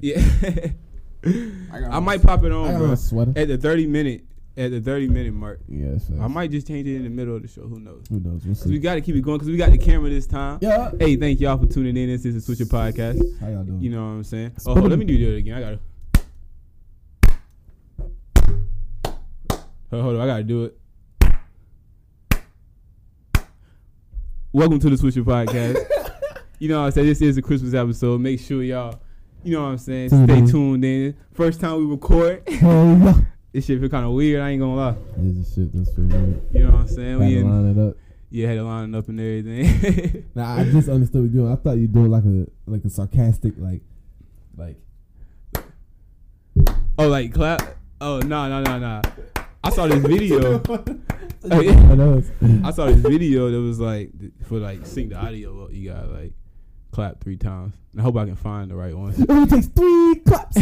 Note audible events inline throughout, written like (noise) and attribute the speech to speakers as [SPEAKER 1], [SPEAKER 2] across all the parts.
[SPEAKER 1] Yeah.
[SPEAKER 2] I got
[SPEAKER 1] (laughs) I
[SPEAKER 2] on-
[SPEAKER 1] might pop it
[SPEAKER 3] I
[SPEAKER 1] on,
[SPEAKER 3] got
[SPEAKER 1] bro.
[SPEAKER 3] on a sweater.
[SPEAKER 1] At the 30 minute, at the 30 minute mark.
[SPEAKER 3] Yeah, so
[SPEAKER 1] I might just change it in the middle of the show. Who knows?
[SPEAKER 3] Who knows? We'll
[SPEAKER 1] 'Cause we
[SPEAKER 3] see.
[SPEAKER 1] got to keep it going because we got the camera this time.
[SPEAKER 3] Yeah.
[SPEAKER 1] Hey, thank y'all for tuning in. This is the Switcher Podcast.
[SPEAKER 3] How y'all doing?
[SPEAKER 1] You know what I'm saying? Oh, hold, let me do that again. I gotta. Hold, hold on, I gotta do it. Welcome to the Switcher Podcast. you know what I'm saying? This is a Christmas episode. Make sure y'all, you know what I'm saying,
[SPEAKER 3] Tuned
[SPEAKER 1] stay
[SPEAKER 3] in.
[SPEAKER 1] tuned in. First time we record,
[SPEAKER 3] Hell yeah.
[SPEAKER 1] this shit feel kind of weird. I ain't gonna lie.
[SPEAKER 3] This is shit. That's pretty weird.
[SPEAKER 1] You know what I'm saying?
[SPEAKER 3] Gotta
[SPEAKER 1] We in,
[SPEAKER 3] line it up.
[SPEAKER 1] yeah, had a line up and everything. (laughs)
[SPEAKER 3] Now I just understood what you're doing. I thought you were doing like a like a sarcastic like like
[SPEAKER 1] oh, like clap. Oh, no, no, no, no. I saw this video. Oh, yeah.
[SPEAKER 3] (laughs) I know it's
[SPEAKER 1] (laughs) I saw this video that was like th- for like sync the audio. up, You gotta like clap three times. And I hope I can find the right
[SPEAKER 3] (laughs)
[SPEAKER 1] one.
[SPEAKER 3] it only takes three claps.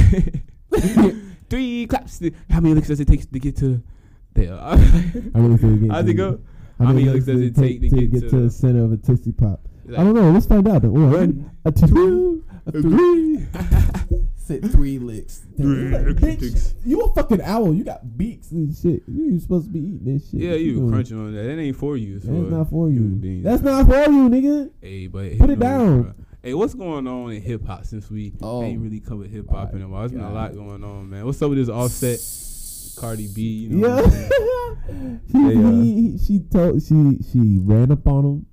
[SPEAKER 1] three claps. How many licks does it take to get to (laughs) there?
[SPEAKER 3] How many licks does it get
[SPEAKER 1] How's
[SPEAKER 3] to
[SPEAKER 1] it
[SPEAKER 3] get-
[SPEAKER 1] go? How many licks does it take to get to?
[SPEAKER 3] the center of a tootsie pop?
[SPEAKER 1] Like,
[SPEAKER 3] I don't know. Let's find out. One,
[SPEAKER 1] One,
[SPEAKER 3] a
[SPEAKER 1] (laughs)
[SPEAKER 3] two, a
[SPEAKER 1] a
[SPEAKER 3] three.
[SPEAKER 1] three.
[SPEAKER 2] Sit three licks.
[SPEAKER 1] (laughs) Three
[SPEAKER 3] Like,
[SPEAKER 1] licks.
[SPEAKER 3] bitch, you a fucking owl. You got beaks and shit. You ain't supposed to be eating this shit.
[SPEAKER 1] yeah,
[SPEAKER 3] What
[SPEAKER 1] you
[SPEAKER 3] doing?
[SPEAKER 1] crunching on that. That ain't for you. It's
[SPEAKER 3] That's not for
[SPEAKER 1] human
[SPEAKER 3] you.
[SPEAKER 1] beings.
[SPEAKER 3] That's not for you, nigga.
[SPEAKER 1] Hey, but
[SPEAKER 3] Put
[SPEAKER 1] you
[SPEAKER 3] it
[SPEAKER 1] know,
[SPEAKER 3] down.
[SPEAKER 1] bruh. Hey, what's going on in hip hop since we
[SPEAKER 2] Oh.
[SPEAKER 1] ain't really covered hip hop in a while? There's been a
[SPEAKER 3] God.
[SPEAKER 1] lot going on, man. What's up with this offset? Cardi B, you know. what I'm
[SPEAKER 3] Yeah.
[SPEAKER 1] saying?
[SPEAKER 3] she,
[SPEAKER 1] They,
[SPEAKER 3] (laughs)
[SPEAKER 1] uh,
[SPEAKER 3] he- she told she she ran up on him,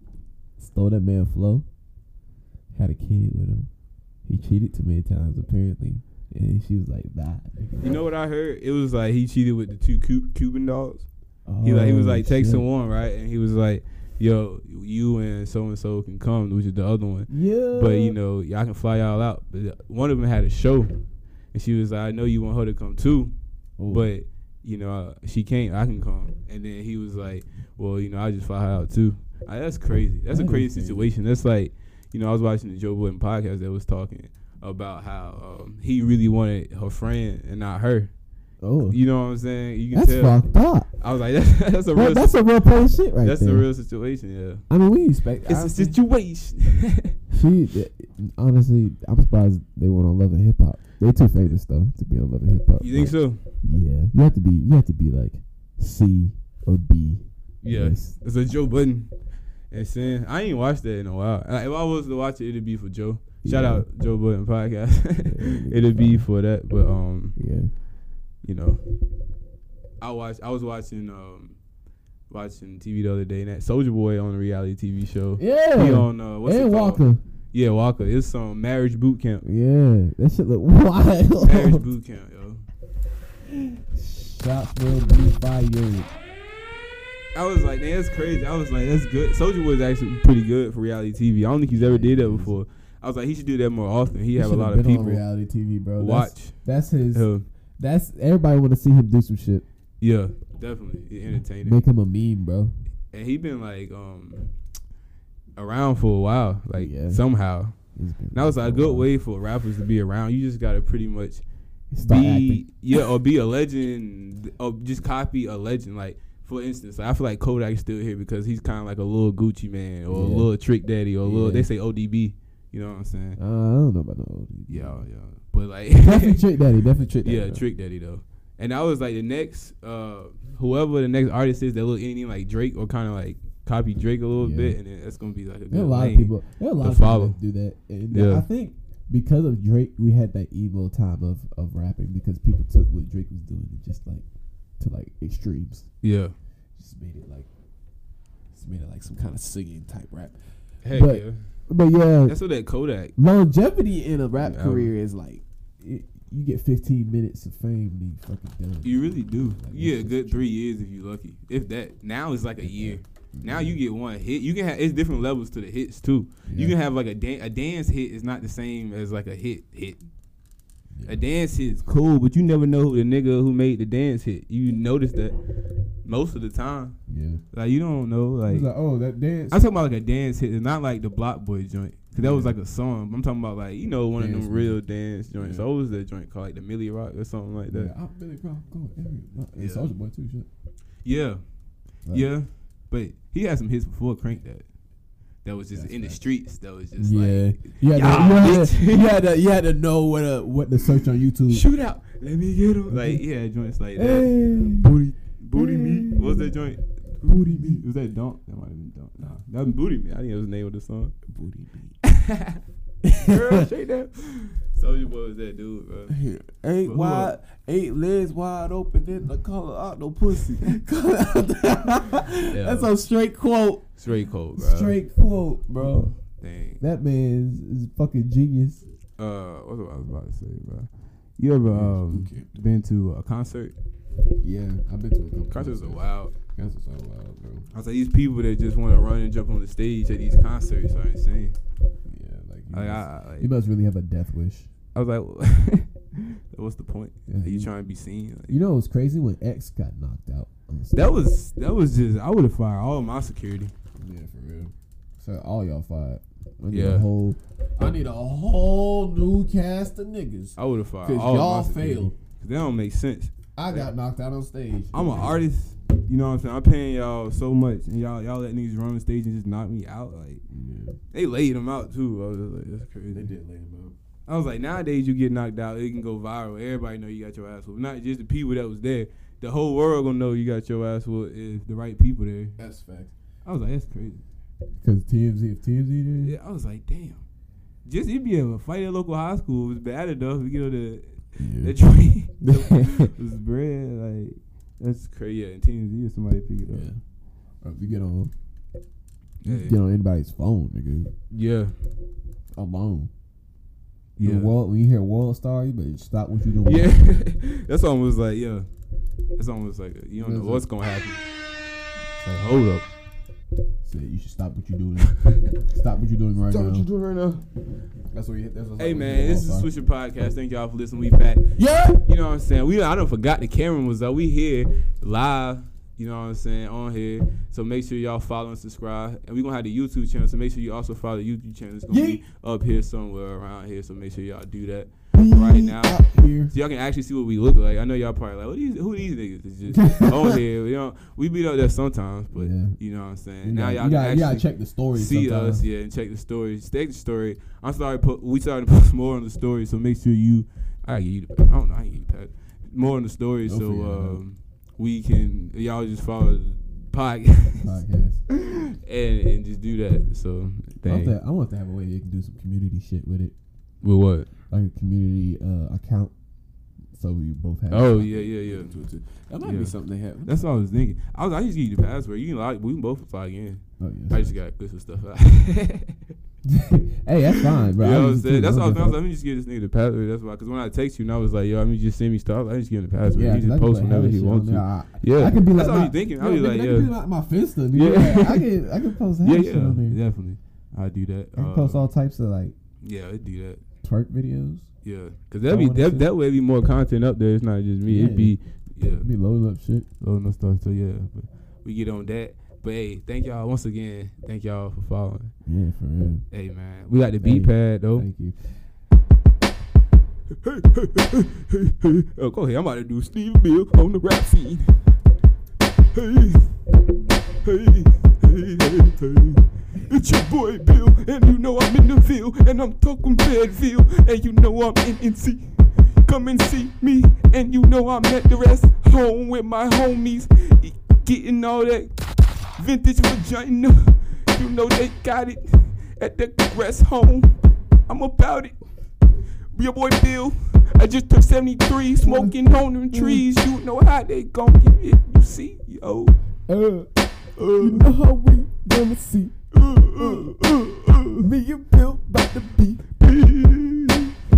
[SPEAKER 3] stole that man flow, had a kid with him. He cheated too many times apparently, and she was like, "Bye."
[SPEAKER 1] You know what I heard? It was like he cheated with the two Cu- Cuban dogs. He like he was
[SPEAKER 3] Oh,
[SPEAKER 1] like texting
[SPEAKER 3] shit.
[SPEAKER 1] one right, and he was like, "Yo, you and so and so can come," which is the other one.
[SPEAKER 3] Yeah.
[SPEAKER 1] But you know, y'all can fly y'all out. But the- one of them had a show, and she was like, "I know you want her to come too,
[SPEAKER 3] Oh.
[SPEAKER 1] but you know, uh, she can't. I can come." And then he was like, "Well, you know, I just fly her out too." Uh, that's crazy. That's
[SPEAKER 3] That
[SPEAKER 1] a
[SPEAKER 3] is
[SPEAKER 1] crazy
[SPEAKER 3] crazy.
[SPEAKER 1] situation. That's like, you know, I was watching the Joe Budden podcast that was talking about how um, he really wanted her friend and not her.
[SPEAKER 3] oh,
[SPEAKER 1] You know what I'm saying? You can
[SPEAKER 3] that's
[SPEAKER 1] tell.
[SPEAKER 3] fucked up.
[SPEAKER 1] I was like, (laughs) that's, that's a
[SPEAKER 3] That-
[SPEAKER 1] real.
[SPEAKER 3] that's a real police shit right
[SPEAKER 1] that's
[SPEAKER 3] there.
[SPEAKER 1] a real situation.
[SPEAKER 3] I mean, we expect.
[SPEAKER 1] Yeah, it's a
[SPEAKER 3] honestly,
[SPEAKER 1] situation.
[SPEAKER 3] she honestly, I'm surprised they weren't on Love and Hip Hop. They're too famous though to be on Love and Hip Hop.
[SPEAKER 1] (laughs) you think
[SPEAKER 3] but-
[SPEAKER 1] so?
[SPEAKER 3] Yeah, you have to be. You have to be like C or B. I
[SPEAKER 1] Yes.
[SPEAKER 3] guess.
[SPEAKER 1] It's a Joe Budden and saying I ain't watched that in a while. Like, if I was to watch it, it'd be for Joe. Shout
[SPEAKER 3] Yeah.
[SPEAKER 1] out Joe Budden (laughs) podcast.
[SPEAKER 3] Yeah,
[SPEAKER 1] it'd be for that, but um,
[SPEAKER 3] Yeah.
[SPEAKER 1] you know, I watched. I was watching um, watching TV the other day, and that Soldier Boy on a reality TV show.
[SPEAKER 3] Yeah.
[SPEAKER 1] He on uh, what's
[SPEAKER 3] and
[SPEAKER 1] it called?
[SPEAKER 3] Walker.
[SPEAKER 1] Yeah, Walker. It's some marriage
[SPEAKER 3] (laughs)
[SPEAKER 1] boot camp.
[SPEAKER 3] Yeah, that shit look (laughs)
[SPEAKER 1] marriage
[SPEAKER 3] wild.
[SPEAKER 1] boot camp, yo.
[SPEAKER 3] Shot will be fired.
[SPEAKER 1] I was like, man, that's crazy. I was like, that's good. Soldier Boy is actually pretty good for reality TV. I don't think he's ever did that before. I was like, he should do that more often. He, have a
[SPEAKER 3] should've
[SPEAKER 1] lot of
[SPEAKER 3] been on
[SPEAKER 1] people
[SPEAKER 3] reality TV, bro.
[SPEAKER 1] watch.
[SPEAKER 3] That's, that's his.
[SPEAKER 1] him.
[SPEAKER 3] That's everybody want to see him do some shit.
[SPEAKER 1] yeah, definitely He entertaining.
[SPEAKER 3] Make him a meme, bro.
[SPEAKER 1] and he been like um around for a while, like
[SPEAKER 3] Yeah.
[SPEAKER 1] somehow.
[SPEAKER 3] He's been-
[SPEAKER 1] And that was like a good way for rappers to be around. You just gotta pretty much
[SPEAKER 3] Start
[SPEAKER 1] be
[SPEAKER 3] acting.
[SPEAKER 1] yeah, or be a legend, or just copy a legend. Like for instance, I feel like Kodak is still here because he's kind of like a little Gucci man or a
[SPEAKER 3] Yeah.
[SPEAKER 1] little Trick Daddy or a little.
[SPEAKER 3] Yeah.
[SPEAKER 1] They say ODB. You know what I'm saying?
[SPEAKER 3] Uh, I don't know about no.
[SPEAKER 1] Yeah, yeah. But like,
[SPEAKER 3] definitely
[SPEAKER 1] (laughs)
[SPEAKER 3] trick daddy. Definitely trick daddy.
[SPEAKER 1] yeah,
[SPEAKER 3] bro.
[SPEAKER 1] Trick Daddy though. And I was like the next, uh whoever the next artist is that look anything like Drake or kind of like copy Drake a little
[SPEAKER 3] Yeah.
[SPEAKER 1] bit, and then that's gonna be like a, good
[SPEAKER 3] There are a lot
[SPEAKER 1] lane.
[SPEAKER 3] of people. There are a lot
[SPEAKER 1] to
[SPEAKER 3] of people
[SPEAKER 1] follow.
[SPEAKER 3] that do that, and
[SPEAKER 1] Yeah.
[SPEAKER 3] I think because of Drake, we had that evil time of of rapping because people took what Drake was doing and just like to like extremes,
[SPEAKER 1] Yeah.
[SPEAKER 3] just made it like.
[SPEAKER 2] Just made it like some kind of singing type rap.
[SPEAKER 1] Heck
[SPEAKER 3] But-
[SPEAKER 1] yeah.
[SPEAKER 3] But yeah,
[SPEAKER 1] That's what that Kodak.
[SPEAKER 3] longevity.
[SPEAKER 2] In a rap
[SPEAKER 1] Yeah.
[SPEAKER 2] career is like
[SPEAKER 3] You you get 15 minutes of fame, and you fucking done.
[SPEAKER 1] You really do.
[SPEAKER 3] Like,
[SPEAKER 1] You
[SPEAKER 3] it's
[SPEAKER 1] get a
[SPEAKER 3] just-
[SPEAKER 1] good three years if you lucky. If that. Now it's like a year. Now you get one hit. You can have it's different levels to the hits too. You
[SPEAKER 3] Yeah.
[SPEAKER 1] can have like a dan- a dance hit is not the same as like a hit hit.
[SPEAKER 3] Yeah.
[SPEAKER 1] A dance hit is cool, but you never know who the nigga who made the dance hit. You notice that most of the time.
[SPEAKER 3] Yeah.
[SPEAKER 1] Like you don't know. Like
[SPEAKER 3] It's like, oh, that dance.
[SPEAKER 1] I'm talking about like a dance hit, and not like the Block Boy joint, cause that was like a song. I'm talking about like you know one of
[SPEAKER 3] Dance
[SPEAKER 1] them
[SPEAKER 3] music.
[SPEAKER 1] real dance joints.
[SPEAKER 3] Yeah.
[SPEAKER 1] What was that joint called like the Millie Rock or something like
[SPEAKER 3] yeah,
[SPEAKER 1] that?
[SPEAKER 3] I'm Billy Brown. Go everywhere. And
[SPEAKER 1] Yeah.
[SPEAKER 3] Soldier Boy too. Shit.
[SPEAKER 1] Yeah,
[SPEAKER 3] Like,
[SPEAKER 1] yeah, but he had some hits before Crank that. that was just
[SPEAKER 2] That's
[SPEAKER 1] in the
[SPEAKER 2] facts.
[SPEAKER 1] streets that was just
[SPEAKER 3] Yeah,
[SPEAKER 1] like
[SPEAKER 3] you had, to,
[SPEAKER 1] "Y'all
[SPEAKER 3] you, had to,
[SPEAKER 1] (laughs) bitch."
[SPEAKER 3] you, had to, you had to know what to, what to search on YouTube.
[SPEAKER 1] shoot out. Let me get him. Mm. Like yeah, joints like that.
[SPEAKER 3] Hey.
[SPEAKER 1] Booty, booty meat. What was that joint? Booty meat. Was that Don't? That might have been Don't. Nah, that was booty meat. I think that was the name of the song. (laughs)
[SPEAKER 2] Booty beat.
[SPEAKER 1] Girl, shake that. Soldier boy was that dude, bro.
[SPEAKER 2] Here, eight
[SPEAKER 1] But who
[SPEAKER 2] wide, eight legs wide open, then the color out no
[SPEAKER 3] (laughs)
[SPEAKER 1] (laughs)
[SPEAKER 2] pussy. Color out the-
[SPEAKER 1] Yeah.
[SPEAKER 2] That's a straight quote.
[SPEAKER 1] Straight cold, bro.
[SPEAKER 2] Straight quote, bro.
[SPEAKER 1] Dang.
[SPEAKER 3] That man is, is fucking genius.
[SPEAKER 1] Uh, what was I was about to say, bro? You ever um
[SPEAKER 2] Okay.
[SPEAKER 1] been to a concert?
[SPEAKER 2] Yeah, I've been to a couple.
[SPEAKER 1] Concerts are wild.
[SPEAKER 2] Concerts are wild, bro.
[SPEAKER 1] I was like, these people that just want to run and jump on the stage at these concerts are insane.
[SPEAKER 2] Yeah, like, you
[SPEAKER 1] Like,
[SPEAKER 2] just-
[SPEAKER 1] I, I-
[SPEAKER 3] You
[SPEAKER 1] like,
[SPEAKER 3] must really have a death wish.
[SPEAKER 1] I was like, (laughs) what's the point?
[SPEAKER 3] Yeah,
[SPEAKER 1] Are you
[SPEAKER 3] you-
[SPEAKER 1] trying to be seen? Like,
[SPEAKER 3] You know, it was crazy when X got knocked out. on stage.
[SPEAKER 1] that was that was just I would have fired all my security.
[SPEAKER 2] yeah, for real.
[SPEAKER 3] so all y'all fired. I need
[SPEAKER 1] Yeah.
[SPEAKER 3] a whole
[SPEAKER 2] I need a whole new cast of niggas.
[SPEAKER 1] Oh, I would have fired
[SPEAKER 2] 'Cause
[SPEAKER 1] all
[SPEAKER 2] y'all
[SPEAKER 1] my security.
[SPEAKER 2] failed.
[SPEAKER 1] 'Cause that don't make sense.
[SPEAKER 2] I got knocked out on stage.
[SPEAKER 1] I'm an artist. You know what I'm saying? I'm paying y'all so much, and y'all y'all let niggas run on stage and just knock me out. Like
[SPEAKER 2] Yeah,
[SPEAKER 1] they laid them out too. I was just like, that's crazy.
[SPEAKER 2] they did lay him out.
[SPEAKER 1] I was like, nowadays you get knocked out, it can go viral. Everybody know you got your ass whooped. Not just the people that was there. The whole world gonna know you got your ass whooped if the right people there.
[SPEAKER 2] That's facts.
[SPEAKER 1] I was like, that's crazy.
[SPEAKER 3] because TMZ, if TMZ did,
[SPEAKER 1] Yeah, I was like, damn. Just you be able to fight at local high school it was bad enough. You know the the (laughs) tree was bread like that's crazy. Yeah, and TMZ or somebody pick it
[SPEAKER 3] yeah.
[SPEAKER 1] up.
[SPEAKER 3] Or if you get on, you
[SPEAKER 1] Yeah,
[SPEAKER 3] get on anybody's phone, nigga,
[SPEAKER 1] yeah,
[SPEAKER 3] alone.
[SPEAKER 1] yeah.
[SPEAKER 3] The world, when you hear world star, you better stop what you doing.
[SPEAKER 1] Yeah. that's almost like yeah. That's almost like you don't know what's gonna happen. It's like hold up.
[SPEAKER 3] (laughs) Say you should stop what you're doing. stop what you're doing right now.
[SPEAKER 1] doing right now?
[SPEAKER 2] That's what you. That's what
[SPEAKER 1] Hey man, this is Swisher Podcast. Thank y'all for listening. We back.
[SPEAKER 2] Yeah.
[SPEAKER 1] You know what I'm saying? We I don't forgot the camera was up. We here live. You know what I'm saying? On here. So make sure y'all follow and subscribe. And we gonna have the YouTube channel. So make sure you also follow the YouTube channel. It's gonna be up here somewhere around here. So make sure y'all do that. right now.
[SPEAKER 2] out here.
[SPEAKER 1] So y'all can actually see what we look like. I know y'all probably like, what these who these niggas is
[SPEAKER 3] (laughs)
[SPEAKER 1] just on here. We don't we be up there sometimes, but
[SPEAKER 3] Yeah.
[SPEAKER 1] you know what I'm saying.
[SPEAKER 3] You
[SPEAKER 1] now
[SPEAKER 3] gotta-
[SPEAKER 1] y'all
[SPEAKER 3] you
[SPEAKER 1] can
[SPEAKER 3] gotta, you
[SPEAKER 1] actually
[SPEAKER 3] gotta check the story.
[SPEAKER 1] see
[SPEAKER 3] sometimes.
[SPEAKER 1] us, yeah, and check the story. Check the story. I'm sorry, po- we started to post more on the story, so make sure you. I gotta give you. The, I don't know. I can give you the pat. More on the story,
[SPEAKER 3] Go
[SPEAKER 1] so
[SPEAKER 3] for it, man.
[SPEAKER 1] um, we can y'all just follow the podcast
[SPEAKER 3] Podcast.
[SPEAKER 1] (laughs) and and just do that. So
[SPEAKER 3] I want,
[SPEAKER 1] thank.
[SPEAKER 3] to, I want to have a way you can do some community shit with it,
[SPEAKER 1] With what?
[SPEAKER 3] like a community uh, account, so we both have.
[SPEAKER 1] Oh yeah, yeah, yeah.
[SPEAKER 2] That might
[SPEAKER 1] Yeah.
[SPEAKER 2] be something they have.
[SPEAKER 1] That's what I was thinking. I was. I just give you the password. You can log. We can both apply again.
[SPEAKER 3] Oh,
[SPEAKER 1] I
[SPEAKER 3] yeah.
[SPEAKER 1] just got good some stuff out.
[SPEAKER 3] (laughs) hey, that's fine, bro.
[SPEAKER 1] you know what I'm
[SPEAKER 3] use it
[SPEAKER 1] saying?
[SPEAKER 3] too.
[SPEAKER 1] That's what I was, I was like,
[SPEAKER 3] just-
[SPEAKER 1] let me just give this nigga the password. That's why, because when I text you and I was like, yo, I mean, just send me stuff. I just give him the password.
[SPEAKER 3] Yeah,
[SPEAKER 1] he
[SPEAKER 3] 'cause I
[SPEAKER 1] just
[SPEAKER 3] can
[SPEAKER 1] posts
[SPEAKER 3] put
[SPEAKER 1] whenever
[SPEAKER 3] hella
[SPEAKER 1] he
[SPEAKER 3] shit on
[SPEAKER 1] wants
[SPEAKER 3] there.
[SPEAKER 1] to.
[SPEAKER 3] I,
[SPEAKER 1] Yeah,
[SPEAKER 3] I could be like,
[SPEAKER 1] that's how
[SPEAKER 3] my,
[SPEAKER 1] you thinking.
[SPEAKER 3] yo,
[SPEAKER 1] I'll be
[SPEAKER 3] nigga,
[SPEAKER 1] like,
[SPEAKER 3] that
[SPEAKER 1] yeah,
[SPEAKER 3] could be like my
[SPEAKER 1] (laughs)
[SPEAKER 3] Finsta, dude.
[SPEAKER 1] Yeah.
[SPEAKER 3] Like, I can, I can post that
[SPEAKER 1] yeah,
[SPEAKER 3] shit on there.
[SPEAKER 1] yeah, definitely. I do that.
[SPEAKER 3] I can
[SPEAKER 1] Uh,
[SPEAKER 3] post all types of like
[SPEAKER 1] yeah, I do that.
[SPEAKER 3] twerk videos.
[SPEAKER 1] Yeah, because that'd be
[SPEAKER 3] wanna
[SPEAKER 1] that,
[SPEAKER 3] see-
[SPEAKER 1] that way it'd be more content up there. It's not just me. It'd
[SPEAKER 3] Yeah.
[SPEAKER 1] be yeah,
[SPEAKER 3] Be loading up shit.
[SPEAKER 1] loading up stuff. So yeah, but we get on that. But hey, thank y'all once again. Thank y'all for following.
[SPEAKER 3] Yeah, for real.
[SPEAKER 1] Hey man, we got the beat pad though.
[SPEAKER 3] Thank you.
[SPEAKER 1] Oh, go ahead. I'm about to do Steve Bill on the rap scene. Hey, hey, hey, hey, hey. It's your boy Bill, and you know I'm in the field, and I'm talking Bedville, and you know I'm in NC. Come and see me, and you know I'm at the rest home with my homies, e- getting all that vintage vagina. You know they got it at the rest home. I'm about it. Your boy Bill, I just took 73, smoking on them trees. You know how they gon' get it, you see? Yo.
[SPEAKER 3] Uh, you know how we gonna see
[SPEAKER 1] Uh, uh, uh, uh.
[SPEAKER 3] me and Bill about to be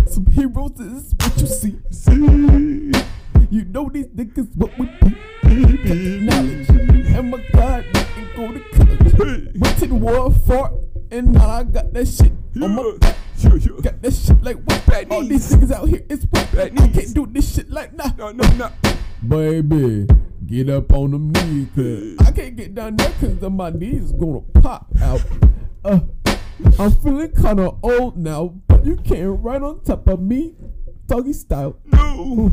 [SPEAKER 3] some heroes. This is what you see.
[SPEAKER 1] See,
[SPEAKER 3] You know these niggas what we do. Knowledge. And my God, we can go to college. Went to the war for it, and now I got that shit on my back.
[SPEAKER 1] Yeah, yeah.
[SPEAKER 3] Got that shit like what?
[SPEAKER 1] Bad
[SPEAKER 3] All
[SPEAKER 1] knees.
[SPEAKER 3] these niggas out here is whack. I
[SPEAKER 1] Bad knees.
[SPEAKER 3] can't do this shit like nah.
[SPEAKER 1] No, no, no.
[SPEAKER 3] Baby, get up on them knees, cause I can't get down there cause then my knees is gonna pop out. Uh, I'm feeling kinda old now, but you came right on top of me, doggy style.
[SPEAKER 1] No.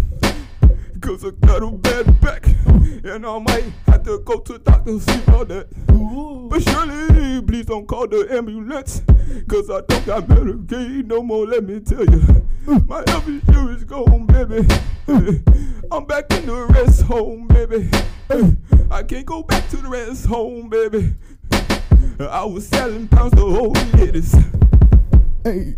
[SPEAKER 1] Cause I got a bad back. And I might have to go to doctor and see all that. But surely, please don't call the ambulance. Cause I don't got Medicaid no more, let me tell you. My health insurance gone, baby. I'm back in the rest home, baby. I can't go back to the rest home, baby. I was selling pounds to old ladies.
[SPEAKER 2] Hey,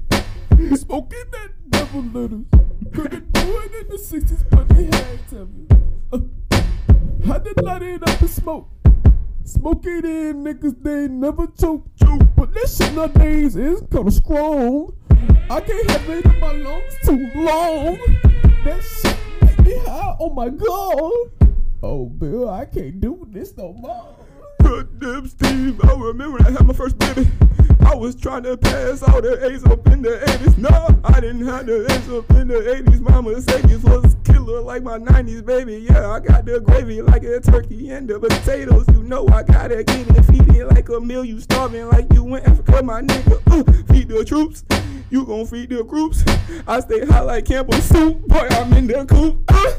[SPEAKER 2] smoking that devil letters. Couldn't do it in the 60s, but they had to me. Uh, I did light it up and smoke. Smoke it in, niggas, they never choke. choke. But that shit nowadays is kinda strong. I can't have it in my lungs too long. That shit make me high, oh my god. Oh, Bill, I can't do this no more. (laughs)
[SPEAKER 1] God damn, Steve, I remember when I had my first baby. I was trying to pass all the A's up in the 80s. No, I didn't have the A's up in the 80s. My Mercedes was killer like my 90s, baby. Yeah, I got the gravy like a turkey and the potatoes. You know I gotta get it feeding like a meal. You starving like you in Africa, my nigga. Ooh, feed the troops. You gon' feed the groups. I stay high like Campbell soup. Boy, I'm in the coop. Uh,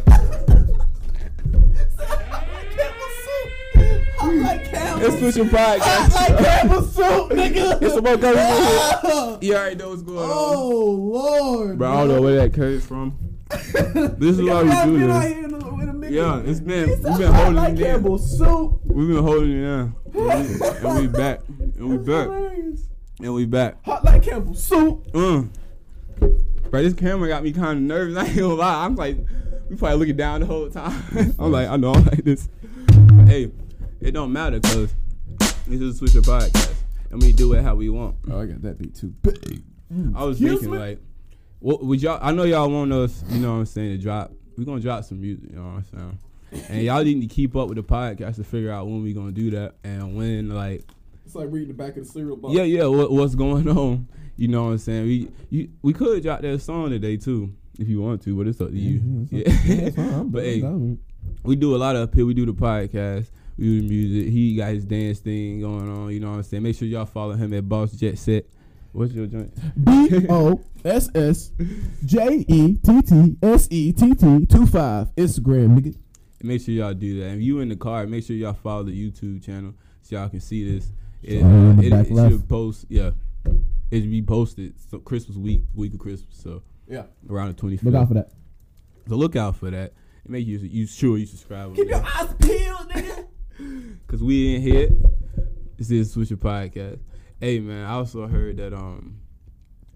[SPEAKER 2] I like (laughs)
[SPEAKER 1] It's
[SPEAKER 2] camel.
[SPEAKER 1] switching podcast.
[SPEAKER 2] I like camel soup, nigga.
[SPEAKER 1] It's about going on.
[SPEAKER 2] Ah!
[SPEAKER 1] You already know what's going on.
[SPEAKER 2] Oh Lord,
[SPEAKER 1] Bro, I don't know where that
[SPEAKER 2] (laughs)
[SPEAKER 1] came from. This is why
[SPEAKER 2] I've
[SPEAKER 1] we do
[SPEAKER 2] been out
[SPEAKER 1] this.
[SPEAKER 2] here in a, in a minute.
[SPEAKER 1] Yeah, it's been
[SPEAKER 2] He
[SPEAKER 1] we've
[SPEAKER 2] said,
[SPEAKER 1] been
[SPEAKER 2] "I
[SPEAKER 1] holding
[SPEAKER 2] like
[SPEAKER 1] it down.
[SPEAKER 2] Campbell soup.
[SPEAKER 1] We've been holding it down, and we, and we back, and
[SPEAKER 2] (laughs)
[SPEAKER 1] we
[SPEAKER 2] That's
[SPEAKER 1] back,
[SPEAKER 2] hilarious.
[SPEAKER 1] and we back.
[SPEAKER 2] Hot like Campbell soup.
[SPEAKER 1] Mm. Bro, this camera got me kind of nervous. (laughs) I ain't gonna lie. I'm like, we probably looking down the whole time. (laughs) I'm like, I know I'm like this. But hey, it don't matter because this is a Switcher podcast, and we do it how we want. Mm.
[SPEAKER 2] Oh, I got that beat too.
[SPEAKER 1] I was
[SPEAKER 2] Excuse
[SPEAKER 1] thinking
[SPEAKER 2] me?
[SPEAKER 1] like, what would y'all? I know y'all want us, you know what I'm saying, to drop. We're gonna drop some music, you know what I'm saying. And y'all need to keep up with the podcast to figure out when we gonna do that and when, like,
[SPEAKER 2] It's like reading the back of the cereal box.
[SPEAKER 1] yeah, yeah, what, what's going (laughs) on? You know what I'm saying. We you, we could drop that song today too if you want to, but it's up to you.
[SPEAKER 3] Yeah,
[SPEAKER 1] (laughs) Yeah,
[SPEAKER 3] That's fine. I'm
[SPEAKER 1] but
[SPEAKER 3] down
[SPEAKER 1] hey,
[SPEAKER 3] with it.
[SPEAKER 1] we do a lot up here. We do the podcast. We do the music. He got his dance thing going on. You know what I'm saying. Make sure y'all follow him at Boss Jet Set. What's your joint?
[SPEAKER 2] B O S S J E T T S E T T two five Instagram, nigga.
[SPEAKER 1] And Make sure y'all do that. If you in the car, make sure y'all follow the YouTube channel so y'all can see this. It,
[SPEAKER 3] Should I
[SPEAKER 1] uh,
[SPEAKER 3] in the
[SPEAKER 1] it,
[SPEAKER 3] back
[SPEAKER 1] it
[SPEAKER 3] left?
[SPEAKER 1] should post, yeah. It should be posted so Christmas week, week of Christmas, so
[SPEAKER 2] Yeah.
[SPEAKER 1] around the twenty fifth.
[SPEAKER 3] Look out for that.
[SPEAKER 1] So look out for that. And make you, you sure you subscribe
[SPEAKER 2] Keep your eyes peeled, nigga.
[SPEAKER 1] because we in here. This is Switcher Podcast. Hey man, I also heard that um,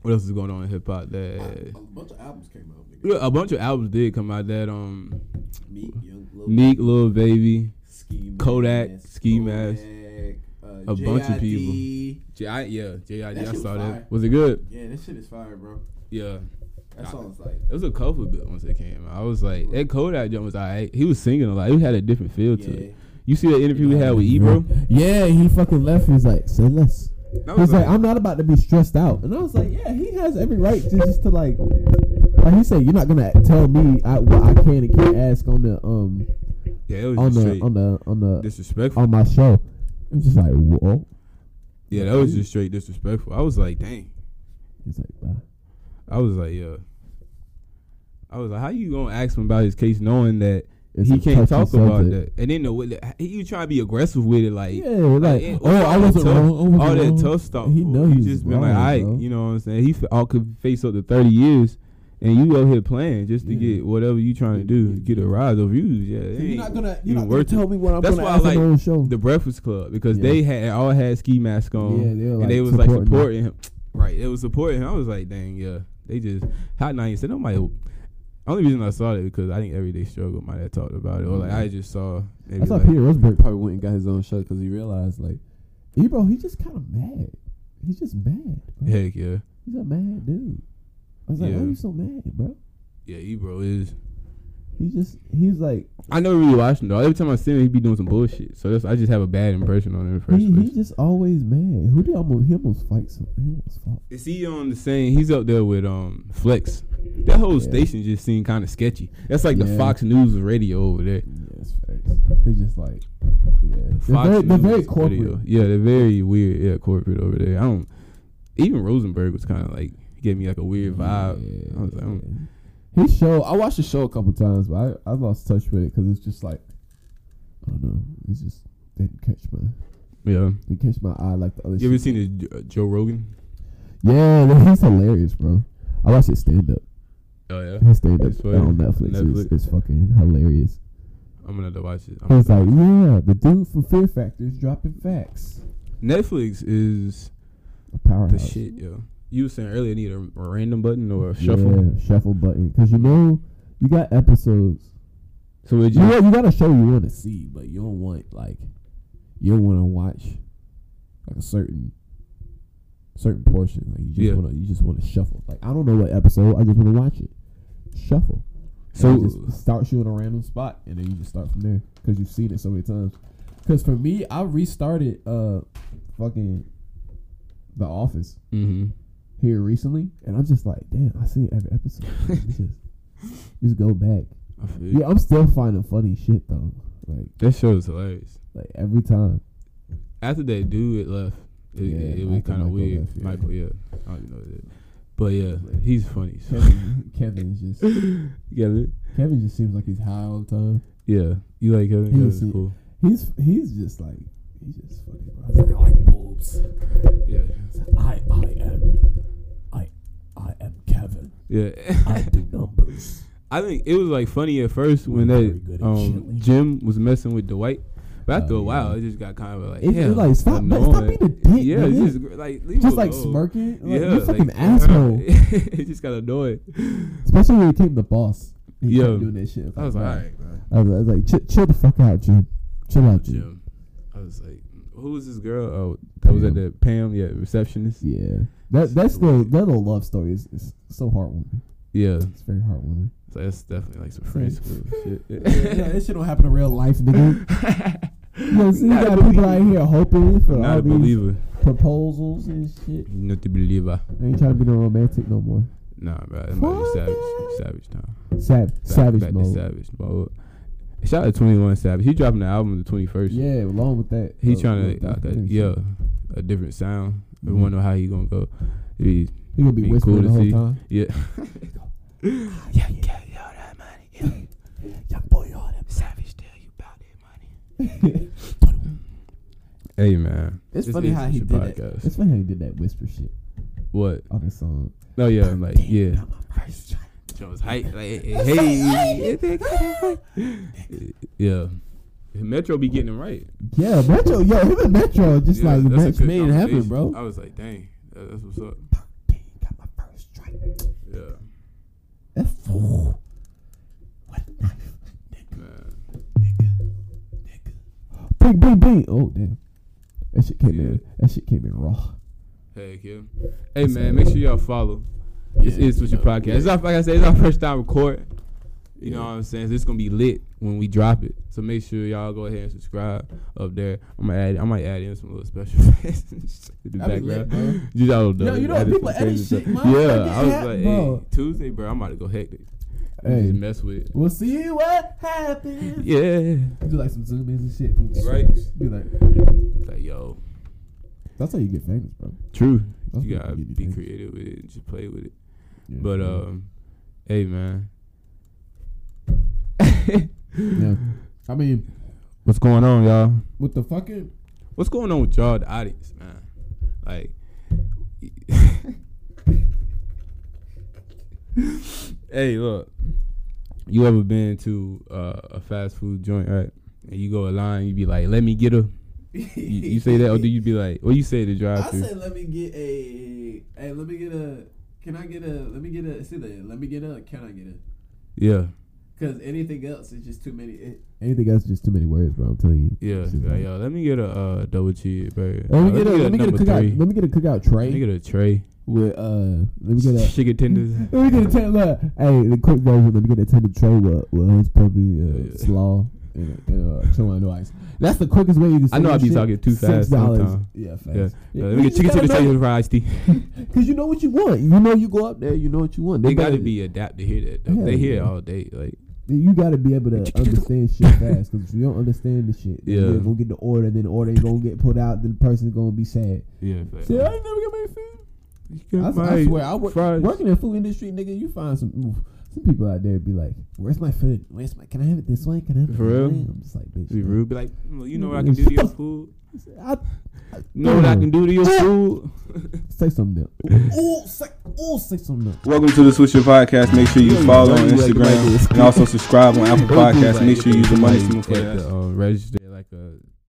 [SPEAKER 1] what else is going on in hip hop? That
[SPEAKER 2] A bunch of albums came out, nigga.
[SPEAKER 1] yeah, a bunch of albums did come out. That um,
[SPEAKER 2] Meek, Young Lil,
[SPEAKER 1] Meek, Lil Baby,
[SPEAKER 2] Ski
[SPEAKER 1] Kodak,
[SPEAKER 2] Mask,
[SPEAKER 1] Ski Mask,
[SPEAKER 2] Kodak, uh,
[SPEAKER 1] a bunch of
[SPEAKER 2] JID.
[SPEAKER 1] J I yeah, J I D.
[SPEAKER 2] That
[SPEAKER 1] I
[SPEAKER 2] shit was
[SPEAKER 1] saw
[SPEAKER 2] fire.
[SPEAKER 1] that. Was it good?
[SPEAKER 2] Yeah, that shit is fire, bro.
[SPEAKER 1] Yeah.
[SPEAKER 2] That
[SPEAKER 1] Nah.
[SPEAKER 2] song's like
[SPEAKER 1] It was a couple bit once it came out. I was like, that Kodak joint was alright. He was singing a lot. He had a different feel to
[SPEAKER 2] yeah.
[SPEAKER 1] it. You see that interview we had with Ebro?
[SPEAKER 3] Yeah, he fucking left. He's like, say less.
[SPEAKER 1] That
[SPEAKER 3] He's
[SPEAKER 1] was
[SPEAKER 3] like,
[SPEAKER 1] like,
[SPEAKER 3] I'm not about to be stressed out. And I was like, yeah, he has every right to just to like, like he said, you're not gonna tell me I, what I can and can't ask on the um
[SPEAKER 1] yeah, it was
[SPEAKER 3] on
[SPEAKER 1] just
[SPEAKER 3] the
[SPEAKER 1] straight
[SPEAKER 3] on the on the
[SPEAKER 1] disrespectful.
[SPEAKER 3] on my show. I'm just like, whoa.
[SPEAKER 1] yeah, that was just straight disrespectful. I was like, dang.
[SPEAKER 3] He's like, "Bye."
[SPEAKER 1] I was like, yeah. I was like, how you gonna ask him about his case knowing that
[SPEAKER 3] It's
[SPEAKER 1] he
[SPEAKER 3] a
[SPEAKER 1] can't
[SPEAKER 3] touchy
[SPEAKER 1] talk about
[SPEAKER 3] subject.
[SPEAKER 1] that? And then the way that- he you trying to be aggressive with it, like
[SPEAKER 3] Yeah, like,
[SPEAKER 1] it-
[SPEAKER 3] oh, I
[SPEAKER 1] all that
[SPEAKER 3] wasn't
[SPEAKER 1] tough-
[SPEAKER 3] wrong. I wasn't
[SPEAKER 1] all
[SPEAKER 3] wrong.
[SPEAKER 1] that tough stuff.
[SPEAKER 3] He
[SPEAKER 1] fool.
[SPEAKER 3] know
[SPEAKER 1] you
[SPEAKER 3] he's
[SPEAKER 1] just been like,
[SPEAKER 3] wrong,
[SPEAKER 1] all
[SPEAKER 3] bro.
[SPEAKER 1] right, you know what I'm saying? He f- all could face up to 30 years, and you out here playing just to
[SPEAKER 3] Yeah.
[SPEAKER 1] get whatever you trying to do, get a rise of views. Yeah, it
[SPEAKER 2] You're
[SPEAKER 1] ain't
[SPEAKER 2] not gonna
[SPEAKER 1] even
[SPEAKER 2] you're not gonna
[SPEAKER 1] worth it.
[SPEAKER 2] tell me what I'm
[SPEAKER 1] That's
[SPEAKER 2] gonna
[SPEAKER 1] why I
[SPEAKER 2] ask.
[SPEAKER 3] That's
[SPEAKER 1] like
[SPEAKER 3] my own show.
[SPEAKER 1] the Breakfast Club because
[SPEAKER 3] Yeah.
[SPEAKER 1] they had all had ski mask on,
[SPEAKER 3] Yeah, they were,
[SPEAKER 1] and they
[SPEAKER 3] like,
[SPEAKER 1] was like
[SPEAKER 3] supporting him.
[SPEAKER 1] supporting him. Right, they was supporting him. I was like, dang, yeah, they just hot nine. Said nobody. Only reason I saw it because I think Everyday Struggle might have talked about it, or like I just saw. Maybe
[SPEAKER 3] I thought
[SPEAKER 1] like,
[SPEAKER 3] Peter Rosenberg probably.
[SPEAKER 2] Probably went and got his own shot because he realized like
[SPEAKER 3] Ebro, he's just kind of mad. He's just mad. Bro.
[SPEAKER 1] Heck yeah,
[SPEAKER 3] He's a mad dude. I was like, why
[SPEAKER 1] Yeah.
[SPEAKER 3] are you so mad, bro?
[SPEAKER 1] yeah, Ebro is.
[SPEAKER 3] He just he's like
[SPEAKER 1] I never really watched him though. Every time I see him, he be doing some bullshit. So that's I just have a bad impression on him in the first
[SPEAKER 3] he,
[SPEAKER 1] place.
[SPEAKER 3] he just always mad. Who did almost he almost fight some he almost fought.
[SPEAKER 1] Is he on the same? He's up there with um Flex. That whole
[SPEAKER 3] Yeah.
[SPEAKER 1] station just seemed kind of sketchy. That's like the
[SPEAKER 3] Yeah.
[SPEAKER 1] Fox News radio over there.
[SPEAKER 3] Yeah, it's facts. They just like yeah. They're
[SPEAKER 1] Fox
[SPEAKER 3] very, they're very
[SPEAKER 1] News
[SPEAKER 3] corporate.
[SPEAKER 1] video. Yeah, they're very weird. Yeah, corporate over there. I don't. Even Rosenberg was kind of like gave me like a weird vibe. I was like, I don't-
[SPEAKER 3] His show, I watched the show a couple times, but I, I lost touch with it because it's just like, I don't know, it's just didn't catch my
[SPEAKER 1] Yeah.
[SPEAKER 3] didn't catch my eye like the other.
[SPEAKER 1] You
[SPEAKER 3] shit.
[SPEAKER 1] ever seen the J- uh, Joe Rogan?
[SPEAKER 3] Yeah, (laughs) man, he's hilarious, bro. I watched his stand up.
[SPEAKER 1] Oh yeah.
[SPEAKER 3] His stand up
[SPEAKER 1] It's funny.
[SPEAKER 3] on Netflix,
[SPEAKER 1] Netflix.
[SPEAKER 3] Is, is fucking hilarious.
[SPEAKER 1] I'm gonna have to watch it. I'm
[SPEAKER 3] He's like, yeah, the dude from Fear Factor is dropping facts.
[SPEAKER 1] Netflix is
[SPEAKER 3] A powerhouse.
[SPEAKER 1] the shit, yo. You were saying earlier, I need a, a random button or a shuffle.
[SPEAKER 3] Yeah, shuffle button. Because you know, you got episodes.
[SPEAKER 1] So would
[SPEAKER 3] You,
[SPEAKER 1] you?
[SPEAKER 3] know, you got a show you want to see, but you don't want, like, you don't want to watch, like, a certain. Certain portion, like you just
[SPEAKER 1] Yeah.
[SPEAKER 3] want to, you just want to shuffle. Like I don't know what episode, I just want to watch it. Shuffle. So
[SPEAKER 1] So
[SPEAKER 3] just starts you in a random spot, and then you just start from there because you've seen it so many times. Because for me, I restarted uh fucking The Office
[SPEAKER 1] hmm
[SPEAKER 3] here recently, and I'm just like, damn, I seen every episode. Let me just (laughs) just go back.
[SPEAKER 1] I feel you.
[SPEAKER 3] Yeah, I'm still finding funny shit though. Like
[SPEAKER 1] that show is hilarious.
[SPEAKER 3] like every (laughs) time.
[SPEAKER 1] After that dude left, it,
[SPEAKER 3] Yeah,
[SPEAKER 1] it,
[SPEAKER 3] after
[SPEAKER 1] was kind
[SPEAKER 3] Michael
[SPEAKER 1] of weird.
[SPEAKER 3] left, yeah.
[SPEAKER 1] Michael, yeah, I don't even know that, but yeah, he's funny. So.
[SPEAKER 3] Kevin, Kevin's just
[SPEAKER 1] Kevin,
[SPEAKER 3] Kevin just seems like he's high all the time.
[SPEAKER 1] yeah, you like Kevin?
[SPEAKER 3] He
[SPEAKER 1] Kevin's
[SPEAKER 3] was-
[SPEAKER 1] cool.
[SPEAKER 3] He's he's just like he's just funny. Bro. I like boobs.
[SPEAKER 1] Yeah,
[SPEAKER 3] I I am I I am Kevin.
[SPEAKER 1] yeah.
[SPEAKER 3] do numbers.
[SPEAKER 1] (laughs) I think it was like funny at first when
[SPEAKER 3] Very good
[SPEAKER 1] that
[SPEAKER 3] at
[SPEAKER 1] um,
[SPEAKER 3] chilling.
[SPEAKER 1] Jim was messing with Dwight. But after
[SPEAKER 3] Oh,
[SPEAKER 1] a while,
[SPEAKER 3] yeah.
[SPEAKER 1] it just got kind of like,
[SPEAKER 3] It's
[SPEAKER 1] yeah,
[SPEAKER 3] just like, stop- man, stop being a dick,
[SPEAKER 1] Yeah,
[SPEAKER 3] man.
[SPEAKER 1] just like leave
[SPEAKER 3] Just
[SPEAKER 1] him
[SPEAKER 3] like
[SPEAKER 1] alone.
[SPEAKER 3] smirking. Like,
[SPEAKER 1] yeah,
[SPEAKER 3] you fucking
[SPEAKER 1] like, (laughs)
[SPEAKER 3] asshole.
[SPEAKER 1] it just got annoying.
[SPEAKER 3] Especially when he became the boss. He
[SPEAKER 1] Yeah.
[SPEAKER 3] kept doing that shit.
[SPEAKER 1] I was like, all
[SPEAKER 3] "Bruh."
[SPEAKER 1] right, man.
[SPEAKER 3] I was, I was like, chill, chill the fuck out, Jim. Chill out, Jim.
[SPEAKER 1] Jim. I was like, who was this girl? Oh, that was at
[SPEAKER 3] Pam.
[SPEAKER 1] the Pam, yeah, receptionist.
[SPEAKER 3] Yeah, that that's the that little love story is, is so heartwarming.
[SPEAKER 1] Yeah,
[SPEAKER 3] It's very
[SPEAKER 1] (laughs)
[SPEAKER 3] heartwarming.
[SPEAKER 1] so that's definitely like some friend
[SPEAKER 3] Thanks.
[SPEAKER 1] school shit.
[SPEAKER 3] (laughs) yeah, that shit don't happen in real life, nigga. (laughs) You know, see, you
[SPEAKER 1] Not a
[SPEAKER 3] got people out
[SPEAKER 1] believer.
[SPEAKER 3] here hoping for
[SPEAKER 1] (laughs) Not
[SPEAKER 3] all
[SPEAKER 1] a
[SPEAKER 3] these
[SPEAKER 1] believer.
[SPEAKER 3] proposals and shit.
[SPEAKER 1] Not a believer.
[SPEAKER 3] I ain't trying to be no romantic no more.
[SPEAKER 1] Nah, bro. I'm about
[SPEAKER 3] Fuck
[SPEAKER 1] to be
[SPEAKER 3] that.
[SPEAKER 1] savage, savage now.
[SPEAKER 3] Sav-
[SPEAKER 1] Back-
[SPEAKER 3] savage
[SPEAKER 1] back to
[SPEAKER 3] mode.
[SPEAKER 1] Savage mode. Shout out to 21 Savage. He dropping the album the 21st.
[SPEAKER 3] Yeah, along with that,
[SPEAKER 1] He
[SPEAKER 3] uh,
[SPEAKER 1] trying to,
[SPEAKER 3] little
[SPEAKER 1] uh,
[SPEAKER 3] documentary shit.
[SPEAKER 1] yeah, a different sound. We
[SPEAKER 3] Mhm.
[SPEAKER 1] wonder how he going to go. He,
[SPEAKER 3] He gonna be,
[SPEAKER 1] Be
[SPEAKER 3] whispering
[SPEAKER 1] cool
[SPEAKER 3] the
[SPEAKER 1] to
[SPEAKER 3] whole
[SPEAKER 1] see.
[SPEAKER 3] time. (laughs)
[SPEAKER 1] yeah.
[SPEAKER 3] Yeah, yeah, yeah, that money. Yeah, yeah, boy, all that
[SPEAKER 1] Savage, tell you about that money. (laughs)
[SPEAKER 3] money.
[SPEAKER 1] Hey, man.
[SPEAKER 3] it's
[SPEAKER 1] This
[SPEAKER 3] funny
[SPEAKER 1] is
[SPEAKER 3] how he
[SPEAKER 1] your
[SPEAKER 3] did
[SPEAKER 1] podcast.
[SPEAKER 3] that. It's funny how he did that whisper shit
[SPEAKER 1] What?
[SPEAKER 3] on his song.
[SPEAKER 1] No, yeah, I'm like, yeah.
[SPEAKER 3] Got my first shot.
[SPEAKER 1] Jones hype. Like, hey. yeah. Metro be getting it right.
[SPEAKER 3] Yeah, Metro, yo, him and Metro just
[SPEAKER 1] Yeah,
[SPEAKER 3] like
[SPEAKER 1] that's a
[SPEAKER 3] match
[SPEAKER 1] good
[SPEAKER 3] made in heaven,
[SPEAKER 1] conversation.
[SPEAKER 3] bro.
[SPEAKER 1] I was like, dang, that- that's what's up.
[SPEAKER 3] Thirteen, got my first strike.
[SPEAKER 1] Yeah,
[SPEAKER 3] That fool. What a knife, nigga,
[SPEAKER 1] man.
[SPEAKER 3] nigga, nigga. Bing, bing, bing. Oh damn, that shit came in.
[SPEAKER 1] Yeah.
[SPEAKER 3] That shit came in raw.
[SPEAKER 1] Hey, kid. Hey, man, make sure y'all follow. It's,
[SPEAKER 3] Yeah,
[SPEAKER 1] it's with your
[SPEAKER 3] yeah.
[SPEAKER 1] podcast. It's our, like I said, it's our first time recording. You know
[SPEAKER 3] Yeah.
[SPEAKER 1] what I'm saying? So it's gonna be lit when we drop it. So make sure y'all go ahead and subscribe up there. I'm gonna add, I might add in some little special (laughs) effects in the
[SPEAKER 3] That'd be lit,
[SPEAKER 1] background. (laughs)
[SPEAKER 3] bro.
[SPEAKER 1] you don't know.
[SPEAKER 3] Yo, you know
[SPEAKER 1] Add in
[SPEAKER 3] people
[SPEAKER 1] some
[SPEAKER 3] edit
[SPEAKER 1] crazy
[SPEAKER 3] shit,
[SPEAKER 1] stuff.
[SPEAKER 3] man. Make
[SPEAKER 1] Yeah,
[SPEAKER 3] it
[SPEAKER 1] I was
[SPEAKER 3] happen,
[SPEAKER 1] like, hey,
[SPEAKER 3] bro.
[SPEAKER 1] Tuesday, bro, I'm about to go hectic.
[SPEAKER 3] Hey.
[SPEAKER 1] Just mess with. it.
[SPEAKER 3] We'll see what happens.
[SPEAKER 1] Yeah,
[SPEAKER 3] Do like some zoom ins and shit.
[SPEAKER 1] right.
[SPEAKER 3] Be like,
[SPEAKER 1] Like yo,
[SPEAKER 3] that's how you get famous, bro.
[SPEAKER 1] true.
[SPEAKER 3] That's
[SPEAKER 1] you
[SPEAKER 3] what
[SPEAKER 1] gotta
[SPEAKER 3] you need
[SPEAKER 1] be
[SPEAKER 3] to do.
[SPEAKER 1] creative with it. Just play with it.
[SPEAKER 3] Yeah.
[SPEAKER 1] But um, hey man,
[SPEAKER 3] yeah. I mean,
[SPEAKER 1] what's going on, y'all?
[SPEAKER 3] with the
[SPEAKER 4] (laughs)
[SPEAKER 3] fucking
[SPEAKER 1] What's going on with y'all, the audience, man? Like, (laughs) hey, look, you ever been to uh, a fast food joint, right? And you go a line, you be like, "Let me get her." You, you say that, or do you be like, "What you say to drive
[SPEAKER 4] I
[SPEAKER 1] through?"
[SPEAKER 4] say let me get a hey let me get a can I get a let me get a see that let me get a can I get a
[SPEAKER 1] Yeah,
[SPEAKER 4] because anything else is just too many it,
[SPEAKER 3] anything else, is just too many words, bro. I'm telling you.
[SPEAKER 1] yeah.
[SPEAKER 3] It's just
[SPEAKER 1] Like,
[SPEAKER 3] like-
[SPEAKER 1] yo, let me get a uh, double cheeseburger.
[SPEAKER 3] Let me
[SPEAKER 1] Uh,
[SPEAKER 3] get a let me get a
[SPEAKER 1] number
[SPEAKER 3] cookout.
[SPEAKER 1] three.
[SPEAKER 3] Let me get a cookout
[SPEAKER 1] Let me
[SPEAKER 3] tray
[SPEAKER 1] get a tray.
[SPEAKER 3] with uh. Let me get a.
[SPEAKER 1] chicken tenders.
[SPEAKER 3] (laughs) Let me get a ten. Look, hey, the quick version. Let me get a tender tray with with hunch puppy, uh,
[SPEAKER 1] Yeah, yeah.
[SPEAKER 3] slaw, and, and uh, chilling no ice. That's the quickest way you can.
[SPEAKER 1] I know I
[SPEAKER 3] save
[SPEAKER 1] be
[SPEAKER 3] shit.
[SPEAKER 1] talking too
[SPEAKER 3] Six
[SPEAKER 1] fast
[SPEAKER 3] dollars.
[SPEAKER 1] sometimes.
[SPEAKER 3] Yeah, fast.
[SPEAKER 1] Yeah.
[SPEAKER 3] Yeah,
[SPEAKER 1] let me
[SPEAKER 3] you
[SPEAKER 1] get chicken
[SPEAKER 3] gotta
[SPEAKER 1] tenders
[SPEAKER 3] know-
[SPEAKER 1] with iced tea.
[SPEAKER 3] Cause you know what you want. You know you go up there. You know what you want.
[SPEAKER 1] They gotta
[SPEAKER 3] better-
[SPEAKER 1] be adapted to hear that. Though.
[SPEAKER 3] Hell
[SPEAKER 1] they hear it
[SPEAKER 3] yeah.
[SPEAKER 1] all day. Like
[SPEAKER 3] You gotta be able to understand shit fast. Cause if you don't understand the shit, then
[SPEAKER 1] Yeah.
[SPEAKER 3] you're gonna get the order. Then the order ain't gonna get put out. Then the person's gonna be sad.
[SPEAKER 1] yeah, like,
[SPEAKER 3] See, I ain't never got my food.
[SPEAKER 1] you get
[SPEAKER 3] I,
[SPEAKER 1] my
[SPEAKER 3] I swear, I work,
[SPEAKER 1] fries.
[SPEAKER 3] working in food industry, nigga. You find some oof, Some people out there be like, "Where's my food? Where's my? Can I have it this way? Can I have it
[SPEAKER 1] For
[SPEAKER 3] that
[SPEAKER 1] real?
[SPEAKER 3] way?" I'm just like, bitch.
[SPEAKER 1] Be
[SPEAKER 3] no.
[SPEAKER 1] rude. Be like, "Well, you know what I can do
[SPEAKER 3] (laughs)
[SPEAKER 1] to your food.
[SPEAKER 3] I,
[SPEAKER 1] You know what I can do
[SPEAKER 3] (laughs)
[SPEAKER 1] to your food.
[SPEAKER 3] say something else. Ooh, say, ooh, say something else.
[SPEAKER 5] Welcome to the Switcher Podcast. Make sure you follow on
[SPEAKER 1] (laughs)
[SPEAKER 5] Instagram and also subscribe on Apple Podcasts. Make sure you use the money symbol for
[SPEAKER 1] At
[SPEAKER 5] that.
[SPEAKER 1] the, uh, register like a